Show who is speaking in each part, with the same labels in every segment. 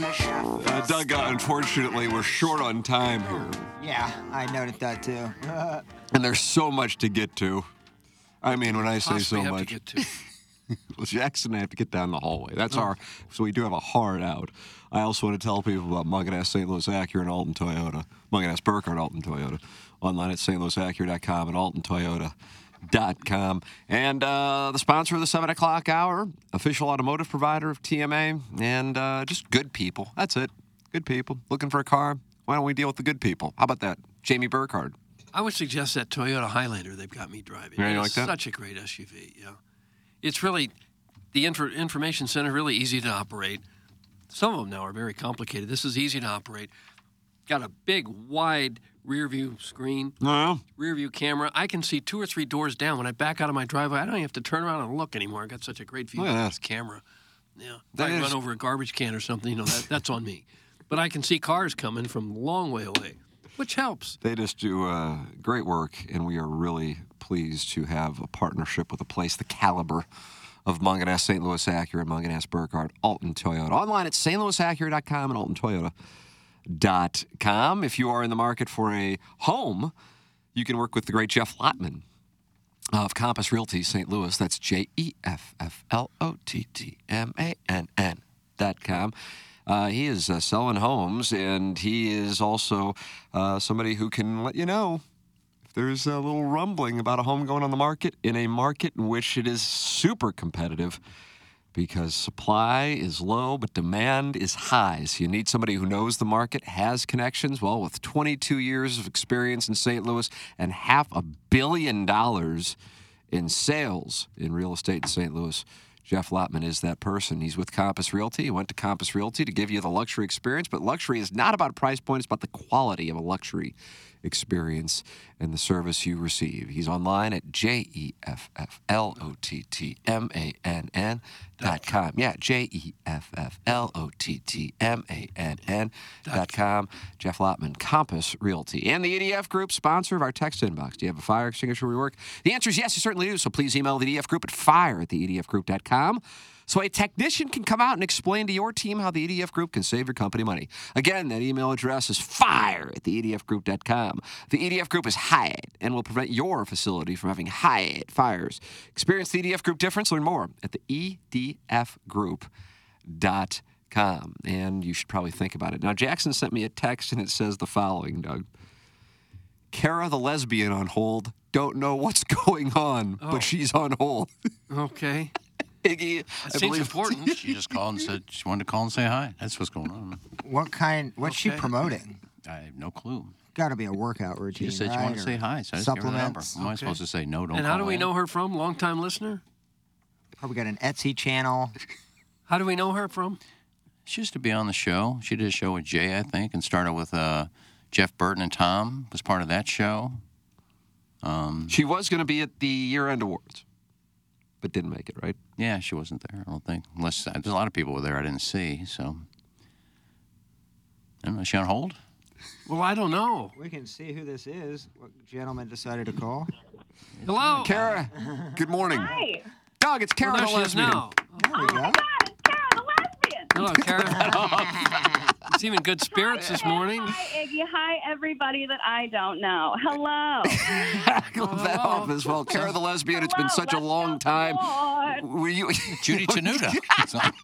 Speaker 1: Uh, Doug, uh, unfortunately, we're short on time here,
Speaker 2: Yeah, I noted that too. Uh,
Speaker 1: and there's so much to get to. I mean, when I say so
Speaker 3: Possibly have to
Speaker 1: much,
Speaker 3: get to. Oh.
Speaker 1: well, Jackson, I have to get down the hallway. That's our, so we do have a hard out. I also want to tell people about Munganess St. Louis Acura and Alton Toyota, Munganess Burkhardt Alton Toyota, online at stlouisacura.com and altontoyota.com. And uh, the sponsor of the 7 o'clock hour, official automotive provider of TMA, and uh, just good people. That's it. Good people. Looking for a car? Why don't we deal with the good people? How about that? Jamie Burkhardt.
Speaker 3: I would suggest that Toyota Highlander they've got me driving.
Speaker 1: Yeah, you
Speaker 3: it's
Speaker 1: like that?
Speaker 3: such a great SUV. Yeah, it's really the infor- information center really easy to operate. Some of them now are very complicated. This is easy to operate. Got a big wide rear view screen,
Speaker 1: No.
Speaker 3: rear view camera. I can see two or three doors down when I back out of my driveway. I don't even have to turn around and look anymore. I got such a great view
Speaker 1: Look at
Speaker 3: with
Speaker 1: that.
Speaker 3: this camera. Yeah, if
Speaker 1: That
Speaker 3: I
Speaker 1: is-
Speaker 3: run over a garbage can or something. You know that, that's on me. But I can see cars coming from a long way away, which helps.
Speaker 1: They just do uh, great work, and we are really pleased to have a partnership with a place the caliber of Munganess St. Louis Acura, Munganess Burkhardt, Alton Toyota. Online at stlouisacura.com and altontoyota.com. If you are in the market for a home, you can work with the great Jeff Lotman of Compass Realty St. Louis. That's J E F F L O T T M A N N dot com. Uh, he is uh, selling homes, and he is also uh, somebody who can let you know if there's a little rumbling about a home going on the market in a market in which it is super competitive because supply is low but demand is high. So you need somebody who knows the market, has connections. Well, with 22 years of experience in St. Louis and half a billion dollars in sales in real estate in St. Louis, Jeff Lotman is that person. He's with Compass Realty. He went to Compass Realty to give you the luxury experience, but luxury is not about price point, it's about the quality of a luxury experience and the service you receive. He's online at J E F F L O T T M A N N dot com. Yeah, J E F F L O T T M A N N dot com. Jeff Lotman, Compass Realty. And the EDF Group, sponsor of our text inbox. Do you have a fire extinguisher rework? The answer is yes, you certainly do. So please email the EDF Group at fire at the E edfgroup.com so a technician can come out and explain to your team how the EDF Group can save your company money. Again, that email address is fire at the E edfgroup.com. The EDF Group is Hyatt and will prevent your facility from having Hyatt fires. Experience the EDF Group difference. Learn more at the E edfgroup.com. And you should probably think about it. Now, Jackson sent me a text and it says the following, Doug. Kara the lesbian on hold. Don't know what's going on, but she's on hold.
Speaker 3: Okay.
Speaker 1: Iggy,
Speaker 3: Oh. That
Speaker 1: I
Speaker 3: seems
Speaker 1: believe
Speaker 3: important.
Speaker 4: She just called and said she wanted to call and say hi. That's what's going on.
Speaker 2: What kind? What's she
Speaker 3: Okay.
Speaker 2: promoting?
Speaker 4: I have no clue.
Speaker 2: Got to be a workout routine.
Speaker 4: She just said
Speaker 2: right?
Speaker 4: she wanted to
Speaker 2: Or
Speaker 4: say hi, so I just gave her the number.
Speaker 2: supplements.
Speaker 4: Am I supposed to say no? Don't.
Speaker 3: and how do we know
Speaker 4: Her?
Speaker 3: her from? Longtime listener?
Speaker 2: Probably got an Etsy channel.
Speaker 3: How do we know her from?
Speaker 4: She used to be on the show. She did a show with Jay, I think, and started with uh, Jeff Burton and Tom. Was part of that show.
Speaker 1: She was going to be at the year end awards, but didn't make it, right?
Speaker 4: Yeah, she wasn't there. I don't think. Unless uh, there's a lot of people were there I didn't see. So. I don't know. Is she on hold?
Speaker 3: Well, I don't know.
Speaker 2: We can see who this is. What gentleman decided to call?
Speaker 3: Hello?
Speaker 1: Kara, good morning.
Speaker 5: Hi.
Speaker 1: Doug, it's Kara
Speaker 3: Well, there
Speaker 1: the
Speaker 3: she is
Speaker 1: lesbian.
Speaker 3: now.
Speaker 2: There we go.
Speaker 5: God, it's Kara the lesbian.
Speaker 3: Hello, Kara. It's even good spirits this morning.
Speaker 5: Hi, Iggy. Hi, everybody that I don't know. Hello.
Speaker 1: Glove that
Speaker 3: Oh.
Speaker 1: off as well. Tara the lesbian. It's been
Speaker 5: Hello,
Speaker 1: such a
Speaker 5: let's
Speaker 1: long
Speaker 5: go
Speaker 1: time.
Speaker 5: forward.
Speaker 1: Were you
Speaker 4: Judy Tenuta. It's not-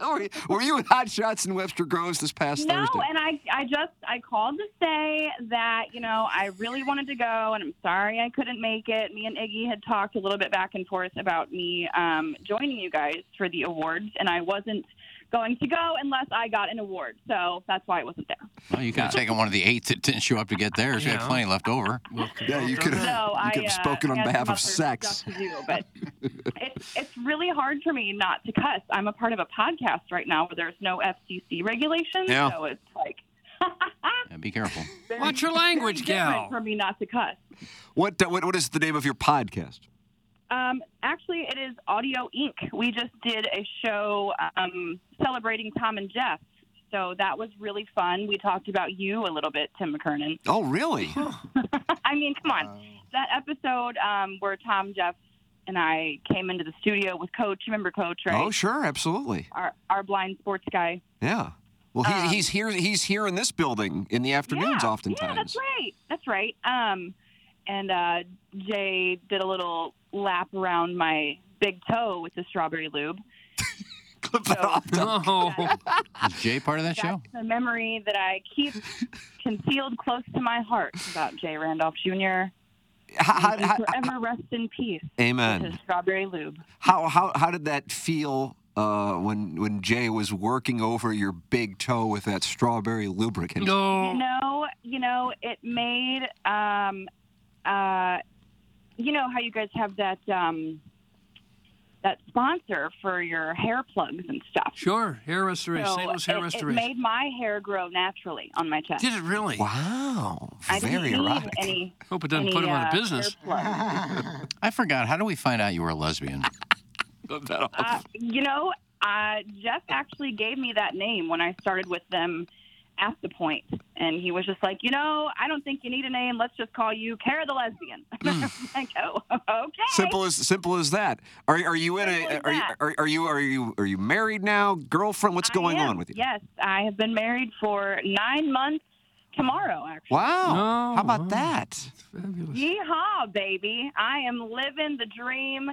Speaker 1: were you- were you at Hot Shots in Webster Groves this past
Speaker 5: No,
Speaker 1: Thursday?
Speaker 5: and I, I just, I called to say that, you know, I really wanted to go and I'm sorry I couldn't make it. Me and Iggy had talked a little bit back and forth about me um, joining you guys for the awards, and I wasn't going to go unless I got an award. So that's why I wasn't there.
Speaker 4: well, you could have taken one of the eight that didn't show up to get theirs. You had
Speaker 3: Yeah.
Speaker 4: plenty left over.
Speaker 1: yeah, you could
Speaker 5: So
Speaker 1: have
Speaker 5: I
Speaker 1: you could
Speaker 5: uh,
Speaker 1: have spoken on
Speaker 5: had some
Speaker 1: behalf
Speaker 5: other
Speaker 1: of sex.
Speaker 5: stuff to do, but it's, it's really hard for me not to cuss. I'm a part of a podcast right now where there's no FCC regulations,
Speaker 1: Yeah.
Speaker 5: so it's like
Speaker 4: Yeah, be careful.
Speaker 5: very-
Speaker 3: Watch your
Speaker 5: very
Speaker 3: language,
Speaker 5: different For
Speaker 3: gal.
Speaker 5: me not to cuss.
Speaker 1: What, uh, what what is the name of your podcast?
Speaker 5: Um, actually, it is Audio Inc. We just did a show um, celebrating Tom and Jeff. So that was really fun. We talked about you a little bit, Tim McKernan.
Speaker 1: Oh, really?
Speaker 5: I mean, come
Speaker 1: Oh.
Speaker 5: on. That episode um, where Tom, Jeff, and I came into the studio with Coach. You remember Coach, right?
Speaker 1: Oh, sure, absolutely.
Speaker 5: our, our blind sports guy.
Speaker 1: Yeah. Well, he, he's here. He's here in this building in the afternoons,
Speaker 5: Um, yeah,
Speaker 1: oftentimes.
Speaker 5: Yeah, that's right. That's right. Um, and uh, Jay did a little lap around my big toe with the strawberry lube.
Speaker 1: Clip that off.
Speaker 3: Oh,
Speaker 4: Is Jay part of that show?
Speaker 5: That's the memory that I keep concealed close to my heart about Jay Randolph Jr.
Speaker 1: How-
Speaker 5: May
Speaker 1: how-
Speaker 5: he
Speaker 1: how-
Speaker 5: forever rest in peace with his
Speaker 1: amen.
Speaker 5: strawberry lube.
Speaker 1: How how how did that feel uh, when when Jay was working over your big toe with that strawberry lubricant?
Speaker 5: You
Speaker 3: no.
Speaker 5: know, you know, it made um, uh, you know how you guys have that um, that sponsor for your hair plugs and stuff.
Speaker 3: Sure. Hair restoration.
Speaker 5: So
Speaker 3: St. Louis hair
Speaker 5: it, it
Speaker 3: restoration.
Speaker 5: made my hair grow naturally on my chest.
Speaker 3: Did it really?
Speaker 1: Wow,
Speaker 5: I didn't
Speaker 1: very
Speaker 5: need
Speaker 1: erotic.
Speaker 5: any.
Speaker 3: Hope it doesn't
Speaker 5: any,
Speaker 3: put him out
Speaker 5: uh,
Speaker 3: of business.
Speaker 5: hair plugs.
Speaker 4: I forgot. How do we find out you were a lesbian?
Speaker 1: Clip that off.
Speaker 5: Uh, you know, uh, Jeff actually gave me that name when I started with them at the point, and he was just like, you know, I don't think you need a name. Let's just call you Kara the Lesbian.
Speaker 4: Hmm.
Speaker 5: And I was like, oh, okay.
Speaker 1: Simple as simple as that. Are are you in
Speaker 5: Simple
Speaker 1: a
Speaker 5: as
Speaker 1: are you,
Speaker 5: that.
Speaker 1: are, are you are you are you married now? Girlfriend, what's
Speaker 5: I
Speaker 1: going
Speaker 5: am.
Speaker 1: on with you?
Speaker 5: Yes, I have been married for nine months. Tomorrow, actually.
Speaker 1: Wow.
Speaker 3: No,
Speaker 1: How about
Speaker 3: wow.
Speaker 1: that?
Speaker 3: Fabulous.
Speaker 5: Yeehaw, baby! I am living the dream.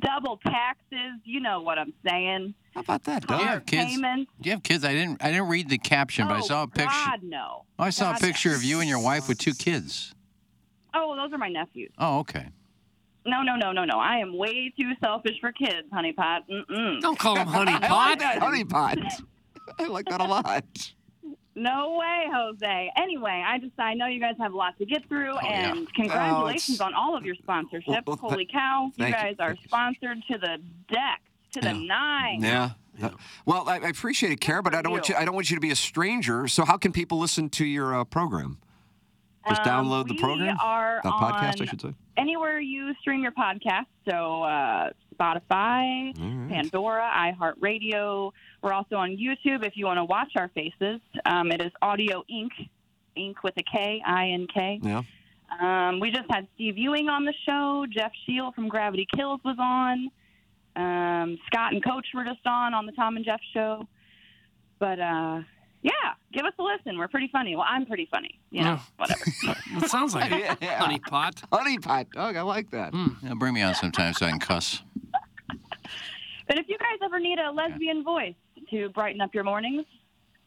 Speaker 5: Double taxes. You know what I'm saying.
Speaker 1: How about that,
Speaker 4: Do
Speaker 1: Doug?
Speaker 4: you
Speaker 5: Car
Speaker 4: have kids? Do
Speaker 5: payments.
Speaker 4: you have kids? I didn't. I didn't read the caption, but I
Speaker 5: Oh,
Speaker 4: saw a picture.
Speaker 5: God, no.
Speaker 4: I saw
Speaker 5: God,
Speaker 4: a picture of you and your wife with two kids.
Speaker 5: Oh, those are my nephews.
Speaker 4: Oh, okay.
Speaker 5: No, no, no, no, no. I am way too selfish for kids, honey pot. Mm-mm.
Speaker 3: Don't call him honey
Speaker 1: I like
Speaker 3: pot.
Speaker 1: that honey pot. I like that a lot.
Speaker 5: No way, Jose. Anyway, I just I know you guys have a lot to get through,
Speaker 4: yeah.
Speaker 5: and congratulations
Speaker 1: Oh,
Speaker 5: on all of your sponsorships.
Speaker 1: Well, well, th-
Speaker 5: Holy cow, you
Speaker 1: thank you,
Speaker 5: guys are
Speaker 1: thank you.
Speaker 5: sponsored to the deck, to the nine.
Speaker 1: Yeah. Uh, Well, I, I appreciate it, Kara, but I don't want you.
Speaker 5: you.
Speaker 1: I don't want you to be a stranger. So, how can people listen to your uh, program? Just
Speaker 5: Um,
Speaker 1: download the
Speaker 5: we
Speaker 1: program,
Speaker 5: are
Speaker 1: the podcast, I
Speaker 5: on
Speaker 1: should say.
Speaker 5: Anywhere you stream your podcast, so uh, Spotify, Pandora, iHeartRadio. We're also on YouTube if you want to watch our faces. Um, it is Audio Inc. Inc. with a K, I N K.
Speaker 1: Yeah.
Speaker 5: Um, we just had Steve Ewing on the show. Jeff Shield from Gravity Kills was on. Um, Scott and Coach were just on on the Tom and Jeff show. But uh, yeah, give us a listen. We're pretty funny. Well, I'm pretty funny. You know,
Speaker 3: Yeah.
Speaker 5: whatever.
Speaker 3: That sounds like it.
Speaker 1: Yeah.
Speaker 3: honey pot.
Speaker 1: Honey pot, Doug. I like that. Hmm.
Speaker 4: Yeah, bring me on sometime so I can cuss.
Speaker 5: But if you guys ever need a lesbian voice to brighten up your mornings,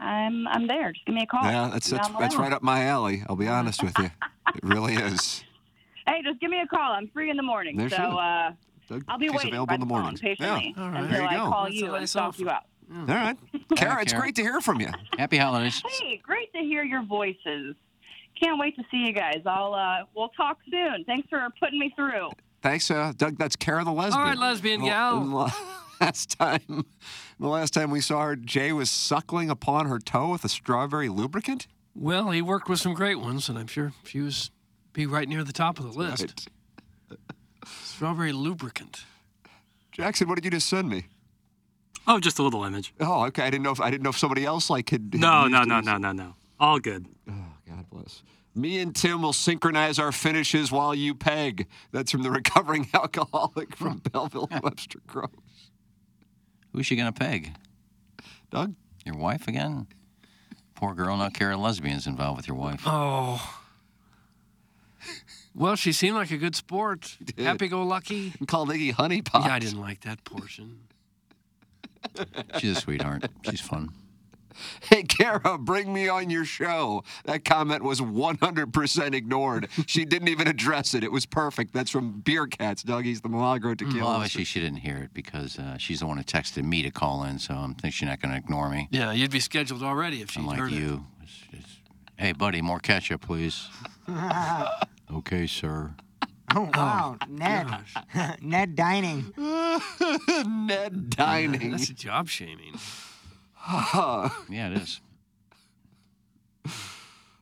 Speaker 5: I'm I'm there. Just give me a call.
Speaker 1: Yeah, that's that's,
Speaker 5: Down the
Speaker 1: that's
Speaker 5: line.
Speaker 1: right up my alley. I'll be honest with you. It really is.
Speaker 5: Hey, just give me a call. I'm free in the morning,
Speaker 1: There
Speaker 5: so
Speaker 1: she is.
Speaker 5: uh,
Speaker 1: Doug,
Speaker 5: I'll be
Speaker 1: she's
Speaker 5: waiting
Speaker 1: available
Speaker 5: by
Speaker 1: in the
Speaker 5: phone
Speaker 1: morning.
Speaker 5: patiently
Speaker 1: Yeah.
Speaker 5: until
Speaker 1: There you
Speaker 5: I
Speaker 1: go.
Speaker 5: call
Speaker 3: That's a
Speaker 5: you and
Speaker 3: nice
Speaker 5: talk you
Speaker 3: offer.
Speaker 5: out.
Speaker 1: All right. Kara, it's
Speaker 4: Kara.
Speaker 1: great to hear from you.
Speaker 4: Happy holidays.
Speaker 5: Hey, great to hear your voices. Can't wait to see you guys. I'll uh, we'll talk soon. Thanks for putting me through.
Speaker 1: Thanks, uh, Doug. That's Kara the lesbian.
Speaker 3: All right, lesbian
Speaker 1: Well, and
Speaker 3: gal.
Speaker 1: la- Last time, the last time we saw her, Jay was suckling upon her toe with a strawberry lubricant.
Speaker 3: Well, he worked with some great ones, and I'm sure she was be right near the top of the list. Strawberry lubricant.
Speaker 1: Jackson, what did you just send me?
Speaker 6: Oh, just a little image.
Speaker 1: Oh, okay. I didn't know if I didn't know if somebody else like had. had
Speaker 6: No,
Speaker 1: used
Speaker 6: no,
Speaker 1: it
Speaker 6: no,
Speaker 1: as-
Speaker 6: no, no, no. All good.
Speaker 1: God bless. Me and Tim will synchronize our finishes while you peg. That's from the recovering alcoholic from Belleville Webster Groves.
Speaker 4: Who's she gonna peg?
Speaker 1: Doug,
Speaker 4: Your wife again? Poor girl, not care a lesbian's involved with your wife.
Speaker 3: Oh. Well, she seemed like a good sport. Happy go lucky.
Speaker 1: And called Iggy Honey Pot.
Speaker 3: Yeah, I didn't like that portion.
Speaker 4: She's a sweetheart. She's fun.
Speaker 1: Hey, Kara, bring me on your show. That comment was 100% ignored. she didn't even address it. It was perfect. That's from Beer Cats, Dougie's the Milagro
Speaker 3: Mm,
Speaker 1: Tequila.
Speaker 4: Well, obviously she didn't hear it because uh, she's the one who texted me to call in, so I'm thinking she's not going to ignore me.
Speaker 3: Yeah, you'd be scheduled already if she'd
Speaker 4: I'm like
Speaker 3: heard it.
Speaker 4: you. It's just, hey, buddy, more ketchup, please. okay, sir.
Speaker 2: Oh wow, Ned, Ned dining.
Speaker 1: Ned Dining.
Speaker 3: That's job shaming.
Speaker 4: Yeah, it is.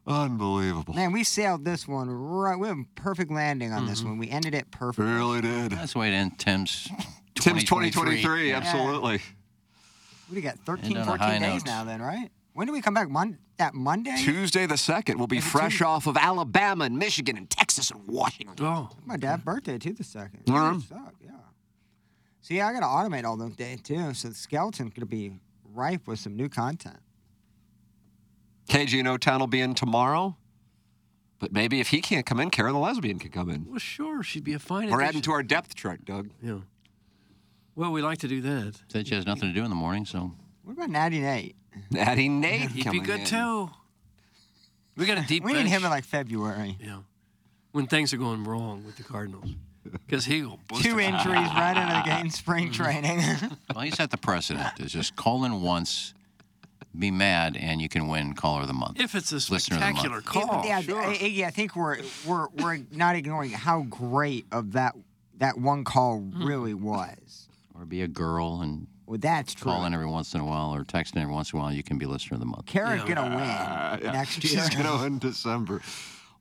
Speaker 1: Unbelievable.
Speaker 2: Man, we sailed this one right. We had a perfect landing on
Speaker 4: Mm-hmm.
Speaker 2: this one. We ended it perfect.
Speaker 1: Really did.
Speaker 4: That's the way to end Tim's.
Speaker 1: Tim's
Speaker 4: 2023.
Speaker 1: 2023, absolutely.
Speaker 2: We got 13,
Speaker 4: on a
Speaker 2: 14
Speaker 4: high
Speaker 2: days
Speaker 4: note.
Speaker 2: now. Then right? When do we come back? Mon- that Monday?
Speaker 1: Tuesday the 2nd, we'll be fresh off of Alabama and Michigan and Texas and Washington.
Speaker 3: Oh,
Speaker 2: My dad's birthday too. The second.
Speaker 1: Mhm.
Speaker 2: Suck, yeah. See, I gotta automate all those days too. So the skeleton's gonna be ripe with some new content.
Speaker 1: KG and O-Town will be in tomorrow. But maybe if he can't come in, Kara the lesbian can come in.
Speaker 3: well, sure. She'd be a fine
Speaker 1: We're
Speaker 3: addition.
Speaker 1: adding to our depth chart, Doug.
Speaker 3: Yeah. Well, we like to do that.
Speaker 4: Said she has nothing to do in the morning, so
Speaker 2: What about Natty Nate?
Speaker 1: Adding Nate
Speaker 3: He'd
Speaker 1: coming
Speaker 3: be good
Speaker 1: in.
Speaker 3: too. We got a deep
Speaker 2: We need
Speaker 3: bench.
Speaker 2: him in like February.
Speaker 3: Yeah. When things are going wrong with the Cardinals. Because he will bust
Speaker 2: Two
Speaker 3: it.
Speaker 2: injuries right out of the game, spring training.
Speaker 4: well, you set the precedent. Is just call in once, be mad, and you can win caller of the month.
Speaker 3: If it's a
Speaker 4: Listener of the month.
Speaker 3: spectacular
Speaker 2: yeah,
Speaker 3: call.
Speaker 2: yeah,
Speaker 3: sure.
Speaker 2: I- Iggy, I think we're we're we're not ignoring how great of that that one call really was.
Speaker 4: or be a girl and
Speaker 2: Well, that's true.
Speaker 4: call in every once in a while or text in every once in a while. You can be listener of the month.
Speaker 2: Kara's
Speaker 3: Yeah.
Speaker 2: gonna win next year.
Speaker 1: She's going to win December.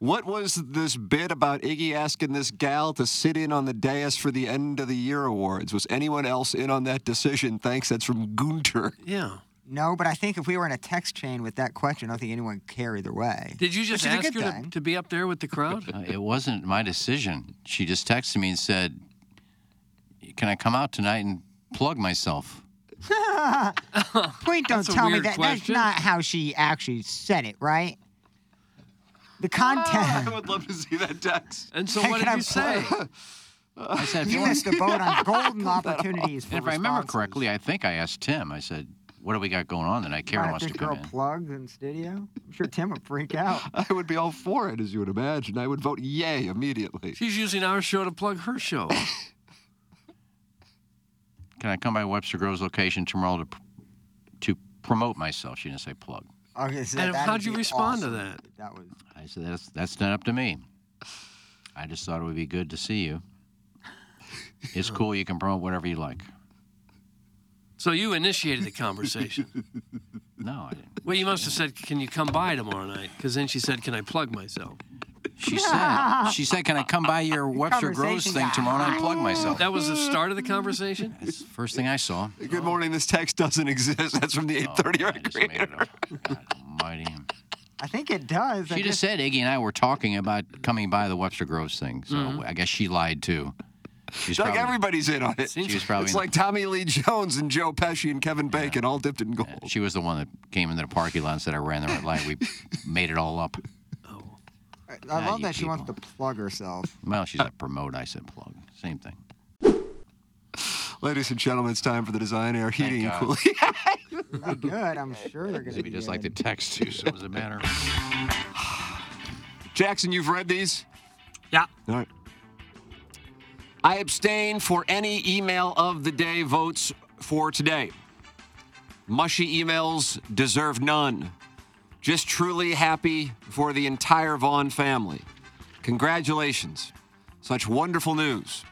Speaker 1: What was this bit about Iggy asking this gal to sit in on the dais for the end of the year awards? Was anyone else in on that decision? Thanks. That's from Gunter.
Speaker 3: Yeah.
Speaker 2: No, but I think if we were in a text chain with that question, I don't think anyone would care either way.
Speaker 3: Did you just
Speaker 2: Which is a
Speaker 3: ask
Speaker 2: good
Speaker 3: her to,
Speaker 2: thing.
Speaker 3: to be up there with the crowd?
Speaker 4: Uh, it wasn't my decision. She just texted me and said, "Can I come out tonight and plug myself?"
Speaker 2: Please don't
Speaker 3: That's a
Speaker 2: tell me
Speaker 3: weird
Speaker 2: that. That's
Speaker 3: question.
Speaker 2: not how she actually said it, right? The
Speaker 4: Ah,
Speaker 2: content.
Speaker 1: would love to see that text.
Speaker 3: And so
Speaker 2: Hey,
Speaker 3: what
Speaker 2: can
Speaker 3: did
Speaker 2: I
Speaker 3: you say?
Speaker 4: I said, "If
Speaker 2: you
Speaker 4: you want."
Speaker 2: missed the boat on golden opportunities for
Speaker 4: And if I remember
Speaker 2: responses.
Speaker 4: correctly, I think I asked Tim. I said, "What do we got going on tonight?" Karen
Speaker 2: Mind
Speaker 4: wants
Speaker 2: if
Speaker 4: to
Speaker 2: this
Speaker 4: come
Speaker 2: girl
Speaker 4: in.
Speaker 2: plugs in studio. I'm sure Tim would freak out.
Speaker 1: I would be all for it, as you would imagine. I would vote yay immediately.
Speaker 3: She's using our show to plug her show.
Speaker 4: Can I come by Webster Grove's location tomorrow to pr- to promote myself? She didn't say plug.
Speaker 2: Okay, so
Speaker 3: And
Speaker 2: that
Speaker 3: how'd
Speaker 2: would
Speaker 3: you
Speaker 2: be
Speaker 3: respond to
Speaker 2: awesome.
Speaker 3: that?
Speaker 2: That was
Speaker 4: I said, "That's that's not up to me. I just thought it would be good to see you. It's cool. You can promote whatever you like."
Speaker 3: So you initiated the conversation.
Speaker 4: No, I didn't.
Speaker 3: Well, you must have said, "Can you come by tomorrow night?" Because then she said, "Can I plug myself?"
Speaker 4: She said, "She said, can I come by your Webster Groves
Speaker 2: Conversation
Speaker 4: thing
Speaker 2: guy.
Speaker 4: tomorrow night and plug myself?"
Speaker 3: That was the start of the conversation.
Speaker 4: That's the first thing I saw.
Speaker 1: Good morning. This text doesn't exist. That's from the 830
Speaker 4: Oh. I
Speaker 1: oh,
Speaker 4: just made it up. God almighty.
Speaker 2: I think it does. I
Speaker 4: She just
Speaker 2: guess-
Speaker 4: said Iggy and I were talking about coming by the Webster Groves thing, so I guess she lied too. She's
Speaker 1: Doug,
Speaker 4: probably-
Speaker 1: everybody's in on it.
Speaker 4: She was probably
Speaker 1: it's like Tommy Lee Jones and Joe Pesci and Kevin Bacon all dipped in gold.
Speaker 4: she was the one that came into the parking lot and said I ran the red light. We made it all up.
Speaker 2: I
Speaker 4: Yeah,
Speaker 2: love
Speaker 4: you
Speaker 2: that she wants to
Speaker 4: people.
Speaker 2: plug herself.
Speaker 4: Well, she said promote. I said plug. Same thing.
Speaker 1: Ladies and gentlemen, it's time for the Design Air Heating and
Speaker 4: God.
Speaker 1: Cooling.
Speaker 2: They're good. I'm sure they're gonna be
Speaker 4: Maybe just
Speaker 2: good.
Speaker 4: like the text too, so it was a matter. of-
Speaker 1: Jackson, you've read these?
Speaker 6: Yeah.
Speaker 1: All right. I abstain for any email of the day votes for today. Mushy emails deserve none. Just truly happy for the entire Vaughn family. Congratulations. Such wonderful news.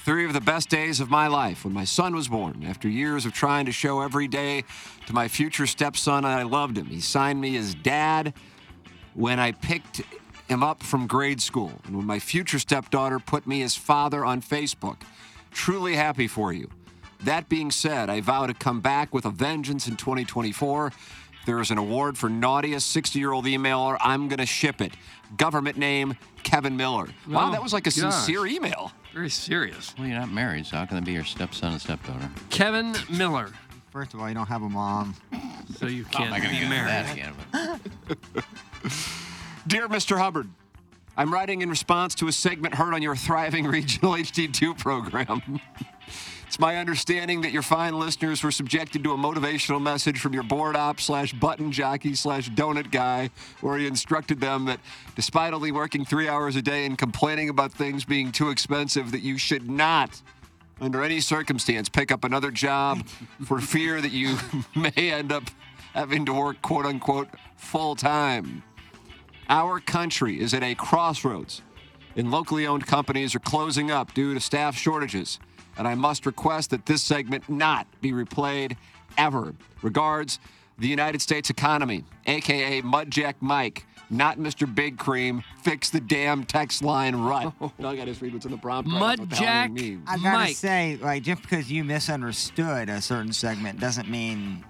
Speaker 1: Three of the best days of my life when my son was born. After years of trying to show every day to my future stepson that I loved him, he signed me as dad when I picked him up from grade school and when my future stepdaughter put me as father on Facebook. Truly happy for you. That being said, I vow to come back with a vengeance in 2024. If There is an award for naughtiest 60 year old emailer. I'm going to ship it. Government name Kevin Miller. wow,
Speaker 3: Oh,
Speaker 1: that was like a
Speaker 3: gosh.
Speaker 1: sincere email.
Speaker 3: Very serious.
Speaker 4: Well, you're not married, so how can it be your stepson and stepdaughter?
Speaker 3: Kevin Miller.
Speaker 2: First of all, you don't have a mom.
Speaker 3: So you
Speaker 4: I'm
Speaker 3: can't
Speaker 4: not going to
Speaker 3: be
Speaker 4: get into
Speaker 3: married.
Speaker 4: that again. but-
Speaker 1: Dear Mr. Hubbard, I'm writing in response to a segment heard on your thriving regional HD2 program. it's my understanding that your fine listeners were subjected to a motivational message from your board op slash button jockey slash donut guy, where he instructed them that despite only working three hours a day and complaining about things being too expensive, that you should not under any circumstance, pick up another job for fear that you may end up having to work quote unquote full time. Our country is at a crossroads, and locally owned companies are closing up due to staff shortages. And I must request that this segment not be replayed ever. Regards, the United States economy, aka Mudjack Mike, not Mr. Big Cream. Fix the damn text line rut. Now I gotta just read what's in the prompt. I don't know what the hell
Speaker 3: Mudjack
Speaker 1: you mean.
Speaker 2: I gotta
Speaker 3: Mike.
Speaker 2: say, like, just because you misunderstood a certain segment doesn't mean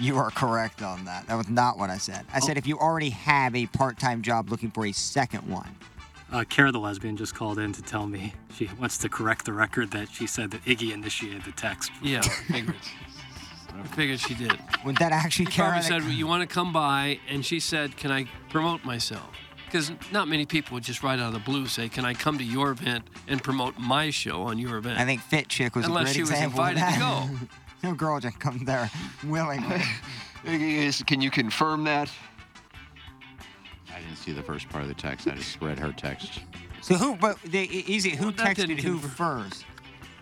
Speaker 2: you are correct on that. That was not what I said. I
Speaker 3: Oh.
Speaker 2: said if you already have a part-time job looking for a second one.
Speaker 6: Uh, Kara the lesbian just called in to tell me she wants to correct the record that she said that Iggy initiated the text.
Speaker 3: Yeah, I figured. I figured she did.
Speaker 2: Would that actually
Speaker 3: Barbara
Speaker 2: Kara?
Speaker 3: said, well, "You want to come by?" And she said, "Can I promote myself?" Because not many people would just right out of the blue say, "Can I come to your event and promote my show on your event?"
Speaker 2: I think Fit Chick was
Speaker 3: Unless
Speaker 2: a great
Speaker 3: she was
Speaker 2: example. of
Speaker 3: invited to
Speaker 2: that. no girl just come there willingly.
Speaker 1: Is- Can you confirm that?
Speaker 4: I didn't see the first part of the text. I just read her text.
Speaker 2: so who? But the, e, easy. Who
Speaker 3: Well, that
Speaker 2: texted
Speaker 3: didn't
Speaker 2: who
Speaker 3: confirm.
Speaker 2: first?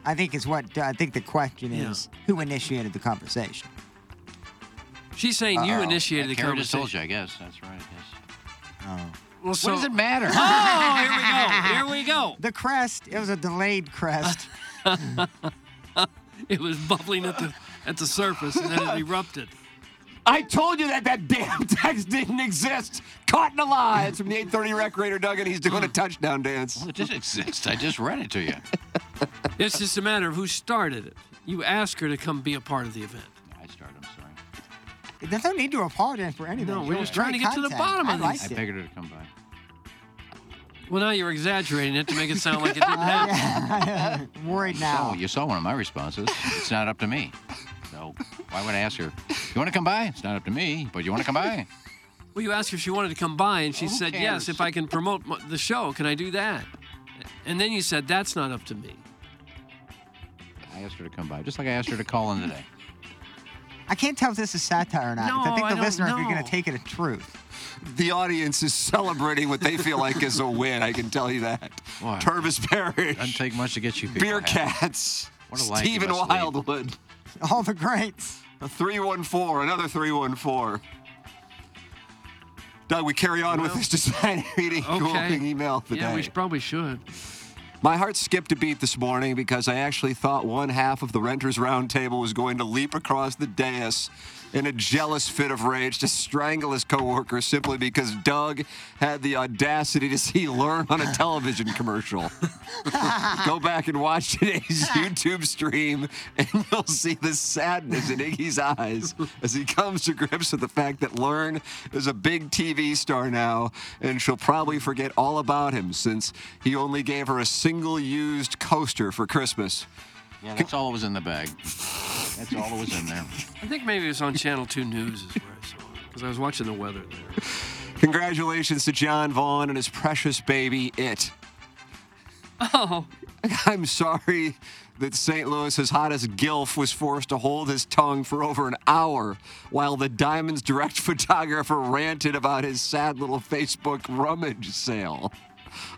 Speaker 2: I think is what I think the question
Speaker 3: Yeah.
Speaker 2: is: Who initiated the conversation?
Speaker 3: She's saying you
Speaker 2: Uh-oh.
Speaker 3: initiated the
Speaker 4: Karen just told
Speaker 3: conversation.
Speaker 4: you, I guess. That's right. Yes.
Speaker 3: Well, so,
Speaker 4: what does it matter?
Speaker 3: Oh, here we go. Here we go.
Speaker 2: The crest. It was a delayed crest.
Speaker 3: It was bubbling at the at the surface and then it erupted.
Speaker 1: I told you that that damn text didn't exist. Caught in a lie. It's from the 830 Rec Raider Duggan. He's doing a touchdown dance.
Speaker 4: Well, it did exist. I just read it to you.
Speaker 3: It's just a matter of who started it. You asked her to come be a part of the event.
Speaker 4: I started. I'm sorry.
Speaker 2: There's no need to apologize for anything.
Speaker 3: No, we're
Speaker 2: It was
Speaker 3: just trying to
Speaker 2: great
Speaker 3: get to the
Speaker 2: content.
Speaker 3: bottom
Speaker 2: I
Speaker 3: of
Speaker 2: liked
Speaker 4: I
Speaker 2: it.
Speaker 4: figured it would come by.
Speaker 3: Well, now you're exaggerating it to make it sound like it didn't happen.
Speaker 2: I'm worried
Speaker 4: Oh,
Speaker 2: now.
Speaker 4: you saw one of my responses. It's not up to me. So why would I ask her? You want to come by? It's not up to me. But you want to come by?
Speaker 3: Well, you asked her if she wanted to come by, and she
Speaker 4: who
Speaker 3: said,
Speaker 4: cares?
Speaker 3: Yes, if I can promote m- the show, can I do that? And then you said, That's not up to me.
Speaker 4: I asked her to come by, just like I asked her to call in today.
Speaker 2: I can't tell if this is satire or not. I
Speaker 3: No,
Speaker 2: think
Speaker 3: I
Speaker 2: the
Speaker 3: don't
Speaker 2: listener are going
Speaker 3: know.
Speaker 2: to take it as truth.
Speaker 1: The audience is celebrating what they feel like is a win. I can tell you that.
Speaker 4: Wow.
Speaker 1: Purvis Parrish.
Speaker 4: Doesn't take much to get you people
Speaker 1: Beer
Speaker 4: happy.
Speaker 1: Cats.
Speaker 4: What a life you
Speaker 1: Stephen
Speaker 4: must lead.
Speaker 1: Wildwood.
Speaker 2: All the greats.
Speaker 1: A 314. Another 314. Doug, we carry on with
Speaker 3: Well,
Speaker 1: this design reading
Speaker 3: okay.
Speaker 1: whooping email today.
Speaker 3: Yeah, we sh- probably should.
Speaker 1: My heart skipped a beat this morning because I actually thought one half of the renters' round table was going to leap across the dais in a jealous fit of rage to strangle his coworker simply because Doug had the audacity to see Learn on a television commercial. Go back and watch today's YouTube stream, and you'll see the sadness in Iggy's eyes as he comes to grips with the fact that Learn is a big TV star now, and she'll probably forget all about him since he only gave her a single used coaster for Christmas.
Speaker 4: Yeah, that's all that was in the bag. That's all that was in there.
Speaker 3: I think maybe it was on Channel 2 News, is where I saw it, because I was watching the weather there.
Speaker 1: Congratulations to John Vaughn and his precious baby, It.
Speaker 3: Oh,
Speaker 1: I'm sorry that St. Louis's hottest gilf was forced to hold his tongue for over an hour while the Diamonds Direct photographer ranted about his sad little Facebook rummage sale.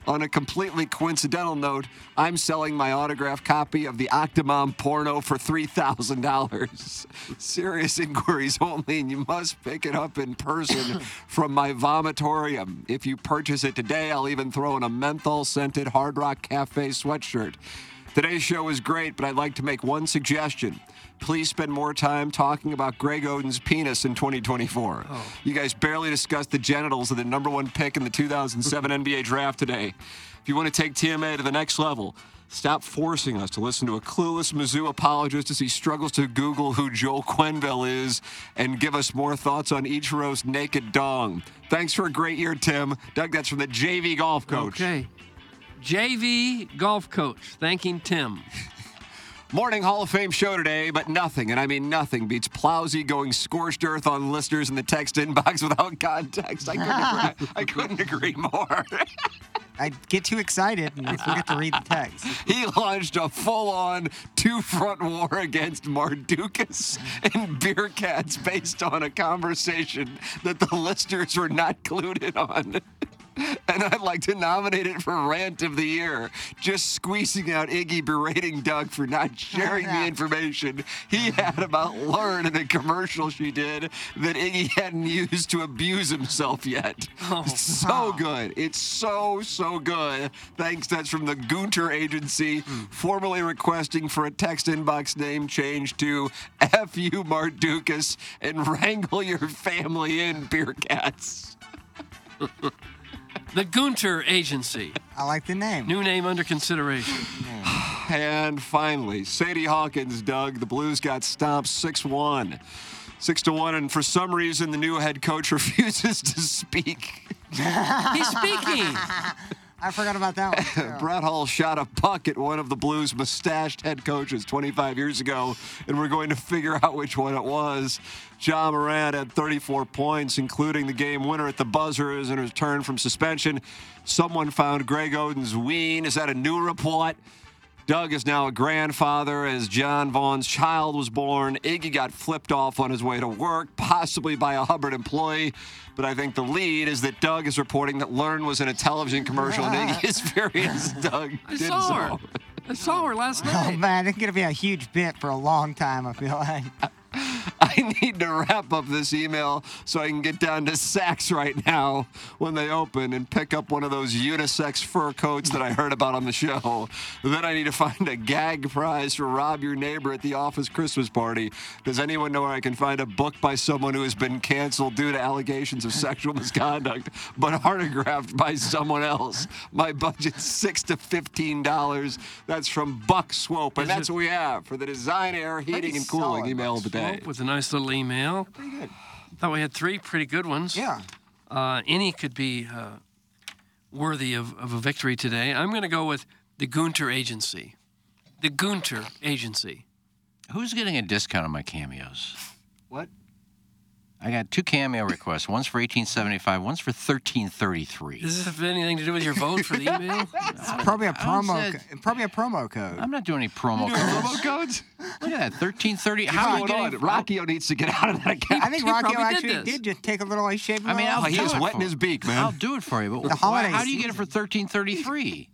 Speaker 1: On a completely coincidental note, I'm selling my autographed copy of the Octomom porno for $3,000. Serious inquiries only, and you must pick it up in person from my vomitorium. If you purchase it today, I'll even throw in a menthol scented Hard Rock Cafe sweatshirt. Today's show is great, but I'd like to make one suggestion. Please spend more time talking about Greg Oden's penis in 2024. You guys barely discussed the genitals of the number one pick in the 2007 NBA draft today. If you want to take TMA to the next level, stop forcing us to listen to a clueless Mizzou apologist as he struggles to Google who Joel Quenville is and give us more thoughts on Ichiro's naked dong. Thanks for a great year, Tim. Doug, that's from the JV golf coach.
Speaker 3: okay. JV golf coach thanking Tim.
Speaker 1: Morning Hall of Fame show today, but nothing, and I mean nothing, beats Plowsy going scorched earth on listeners in the text inbox without context. I couldn't agree, I couldn't agree more.
Speaker 2: I get too excited and I forget to read the text.
Speaker 1: He launched a full-on two-front war against Mardukas and Beer Cats based on a conversation that the listeners were not clued in on. And I'd like to nominate it for Rant of the Year. Just squeezing out Iggy berating Doug for not sharing the information he had about Lauren in a commercial she did that Iggy hadn't used to abuse himself yet. so good. It's so, so good. Thanks. That's from the Gunter Agency, formally requesting for a text inbox name change to F.U. Mardukas and wrangle your family in, beer cats.
Speaker 3: The Gunter Agency.
Speaker 2: I like the name.
Speaker 3: New name under consideration.
Speaker 1: And finally, Sadie Hawkins, Doug, the Blues got stomped 6 1. 6 to 1, and for some reason, the new head coach refuses to speak.
Speaker 3: He's speaking.
Speaker 2: I forgot about that one. too.
Speaker 1: Brett Hall shot a puck at one of the Blues' mustached head coaches 25 years ago, and we're going to figure out which one it was. John Moran had 34 points, including the game winner at the buzzer as in return from suspension. Someone found Greg Oden's ween. Is that a new report? Doug is now a grandfather as John Vaughn's child was born. Iggy got flipped off on his way to work, possibly by a Hubbard employee. But I think the lead is that Doug is reporting that Learn was in a television commercial and Iggy's very as Doug
Speaker 3: I
Speaker 1: did
Speaker 3: saw her.
Speaker 1: so.
Speaker 3: I saw her last
Speaker 2: Oh
Speaker 3: night.
Speaker 2: man, it's gonna be a huge bit for a long time. I feel like.
Speaker 1: I need to wrap up this email so I can get down to Saks right now when they open and pick up one of those unisex fur coats that I heard about on the show. Then I need to find a gag prize for Rob Your Neighbor at the office Christmas party. Does anyone know where I can find a book by someone who has been canceled due to allegations of sexual misconduct but autographed by someone else? My budget's six to fifteen dollars. That's from Buck Swope, and that's what we have for the design, air, heating, and cooling
Speaker 2: solid,
Speaker 1: email of the day.
Speaker 3: With a nice little email. Pretty good. Thought we had three pretty good ones.
Speaker 2: Yeah.
Speaker 3: Uh, any could be uh, worthy of, of a victory today. I'm going to go with the Gunter Agency. The Gunter Agency.
Speaker 4: Who's getting a discount on my cameos?
Speaker 1: What?
Speaker 4: I got two cameo requests. One's for 1875. One's for 1333.
Speaker 3: Does this have anything to do with your vote for the email?
Speaker 2: Probably a
Speaker 4: How's
Speaker 2: promo.
Speaker 4: that-
Speaker 2: co- probably a promo code.
Speaker 4: I'm not doing any
Speaker 2: Oh,
Speaker 4: promo codes.
Speaker 1: Promo codes?
Speaker 4: Look at that, 1330. How are we
Speaker 1: What's going
Speaker 4: getting?
Speaker 1: on? Rockio needs to get out of that account.
Speaker 2: I think
Speaker 3: he
Speaker 2: Rocky
Speaker 3: probably did
Speaker 2: actually
Speaker 3: this.
Speaker 2: did, just take a little ice shave.
Speaker 4: I mean, I'll
Speaker 1: Oh, he
Speaker 4: do
Speaker 1: is
Speaker 4: it
Speaker 1: wetting
Speaker 4: for-
Speaker 1: his beak, man.
Speaker 4: I'll do it for you, but why,
Speaker 2: holiday
Speaker 4: how do you get it for 1333?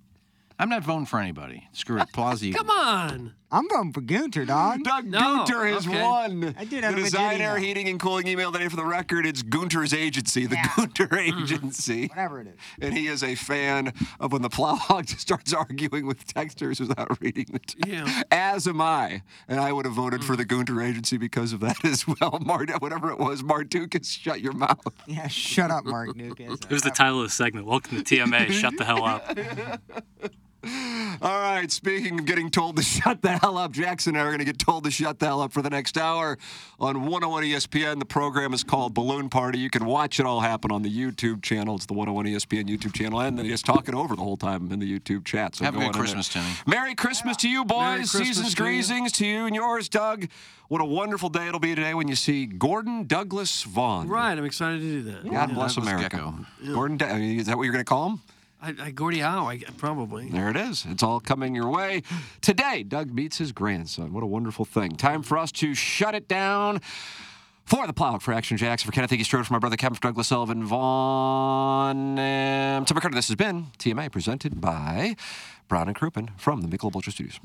Speaker 4: I'm not voting for anybody. Screw it, Plausi.
Speaker 3: Come on.
Speaker 2: I'm voting for Gunter, dog.
Speaker 1: Doug
Speaker 3: No,
Speaker 1: Gunter has
Speaker 3: okay.
Speaker 1: won
Speaker 2: I did have a
Speaker 1: the
Speaker 2: good
Speaker 1: design,
Speaker 2: email.
Speaker 1: air, heating, and cooling email today for the record. It's Gunter's agency, the Gunter
Speaker 2: Mm-hmm.
Speaker 1: agency.
Speaker 2: Whatever it is.
Speaker 1: And he is a fan of when the plowhog just starts arguing with texters without reading the text.
Speaker 3: Yeah.
Speaker 1: As am I. And I would have voted
Speaker 2: Mm.
Speaker 1: for the Gunter agency because of that as well. Mart, whatever it was, Martukas, shut your mouth.
Speaker 2: Yeah, shut up, Mark Dukas.
Speaker 6: It was the title of the segment. Welcome to TMA. Shut the hell up.
Speaker 1: All right, speaking of getting told to shut the hell up, Jackson and I are going to get told to shut the hell up for the next hour on 101 ESPN. The program is called Balloon Party. You can watch it all happen on the YouTube channel. It's the 101 ESPN YouTube channel. And then just talk it over the whole time in the YouTube chat. So
Speaker 4: Have a
Speaker 1: go
Speaker 4: good
Speaker 1: on in there.
Speaker 4: Christmas, Timmy.
Speaker 1: Merry Christmas to you,
Speaker 3: Merry
Speaker 1: boys.
Speaker 3: Christmas
Speaker 1: Season's
Speaker 3: to you.
Speaker 1: greetings to you and yours, Doug. What a wonderful day it'll be today when you see Gordon Douglas Vaughn.
Speaker 3: Right, I'm excited to do that.
Speaker 1: God bless
Speaker 4: Douglas
Speaker 1: America.
Speaker 4: Gecko.
Speaker 1: Gordon, Doug- is that what you're going to call him?
Speaker 3: I, I Gordie Howe, I, probably.
Speaker 1: There it is. It's all coming your way. Today, Doug meets his grandson. What a wonderful thing. Time for us to shut it down. For the plow, for Action Jackson, for Kenneth Iggy Strode, for my brother Kevin, for Douglas Sullivan, Vaughn, um, Tim McCurdy. This has been TMA, presented by Brown and Crouppen from the Michelob Ultra Studios.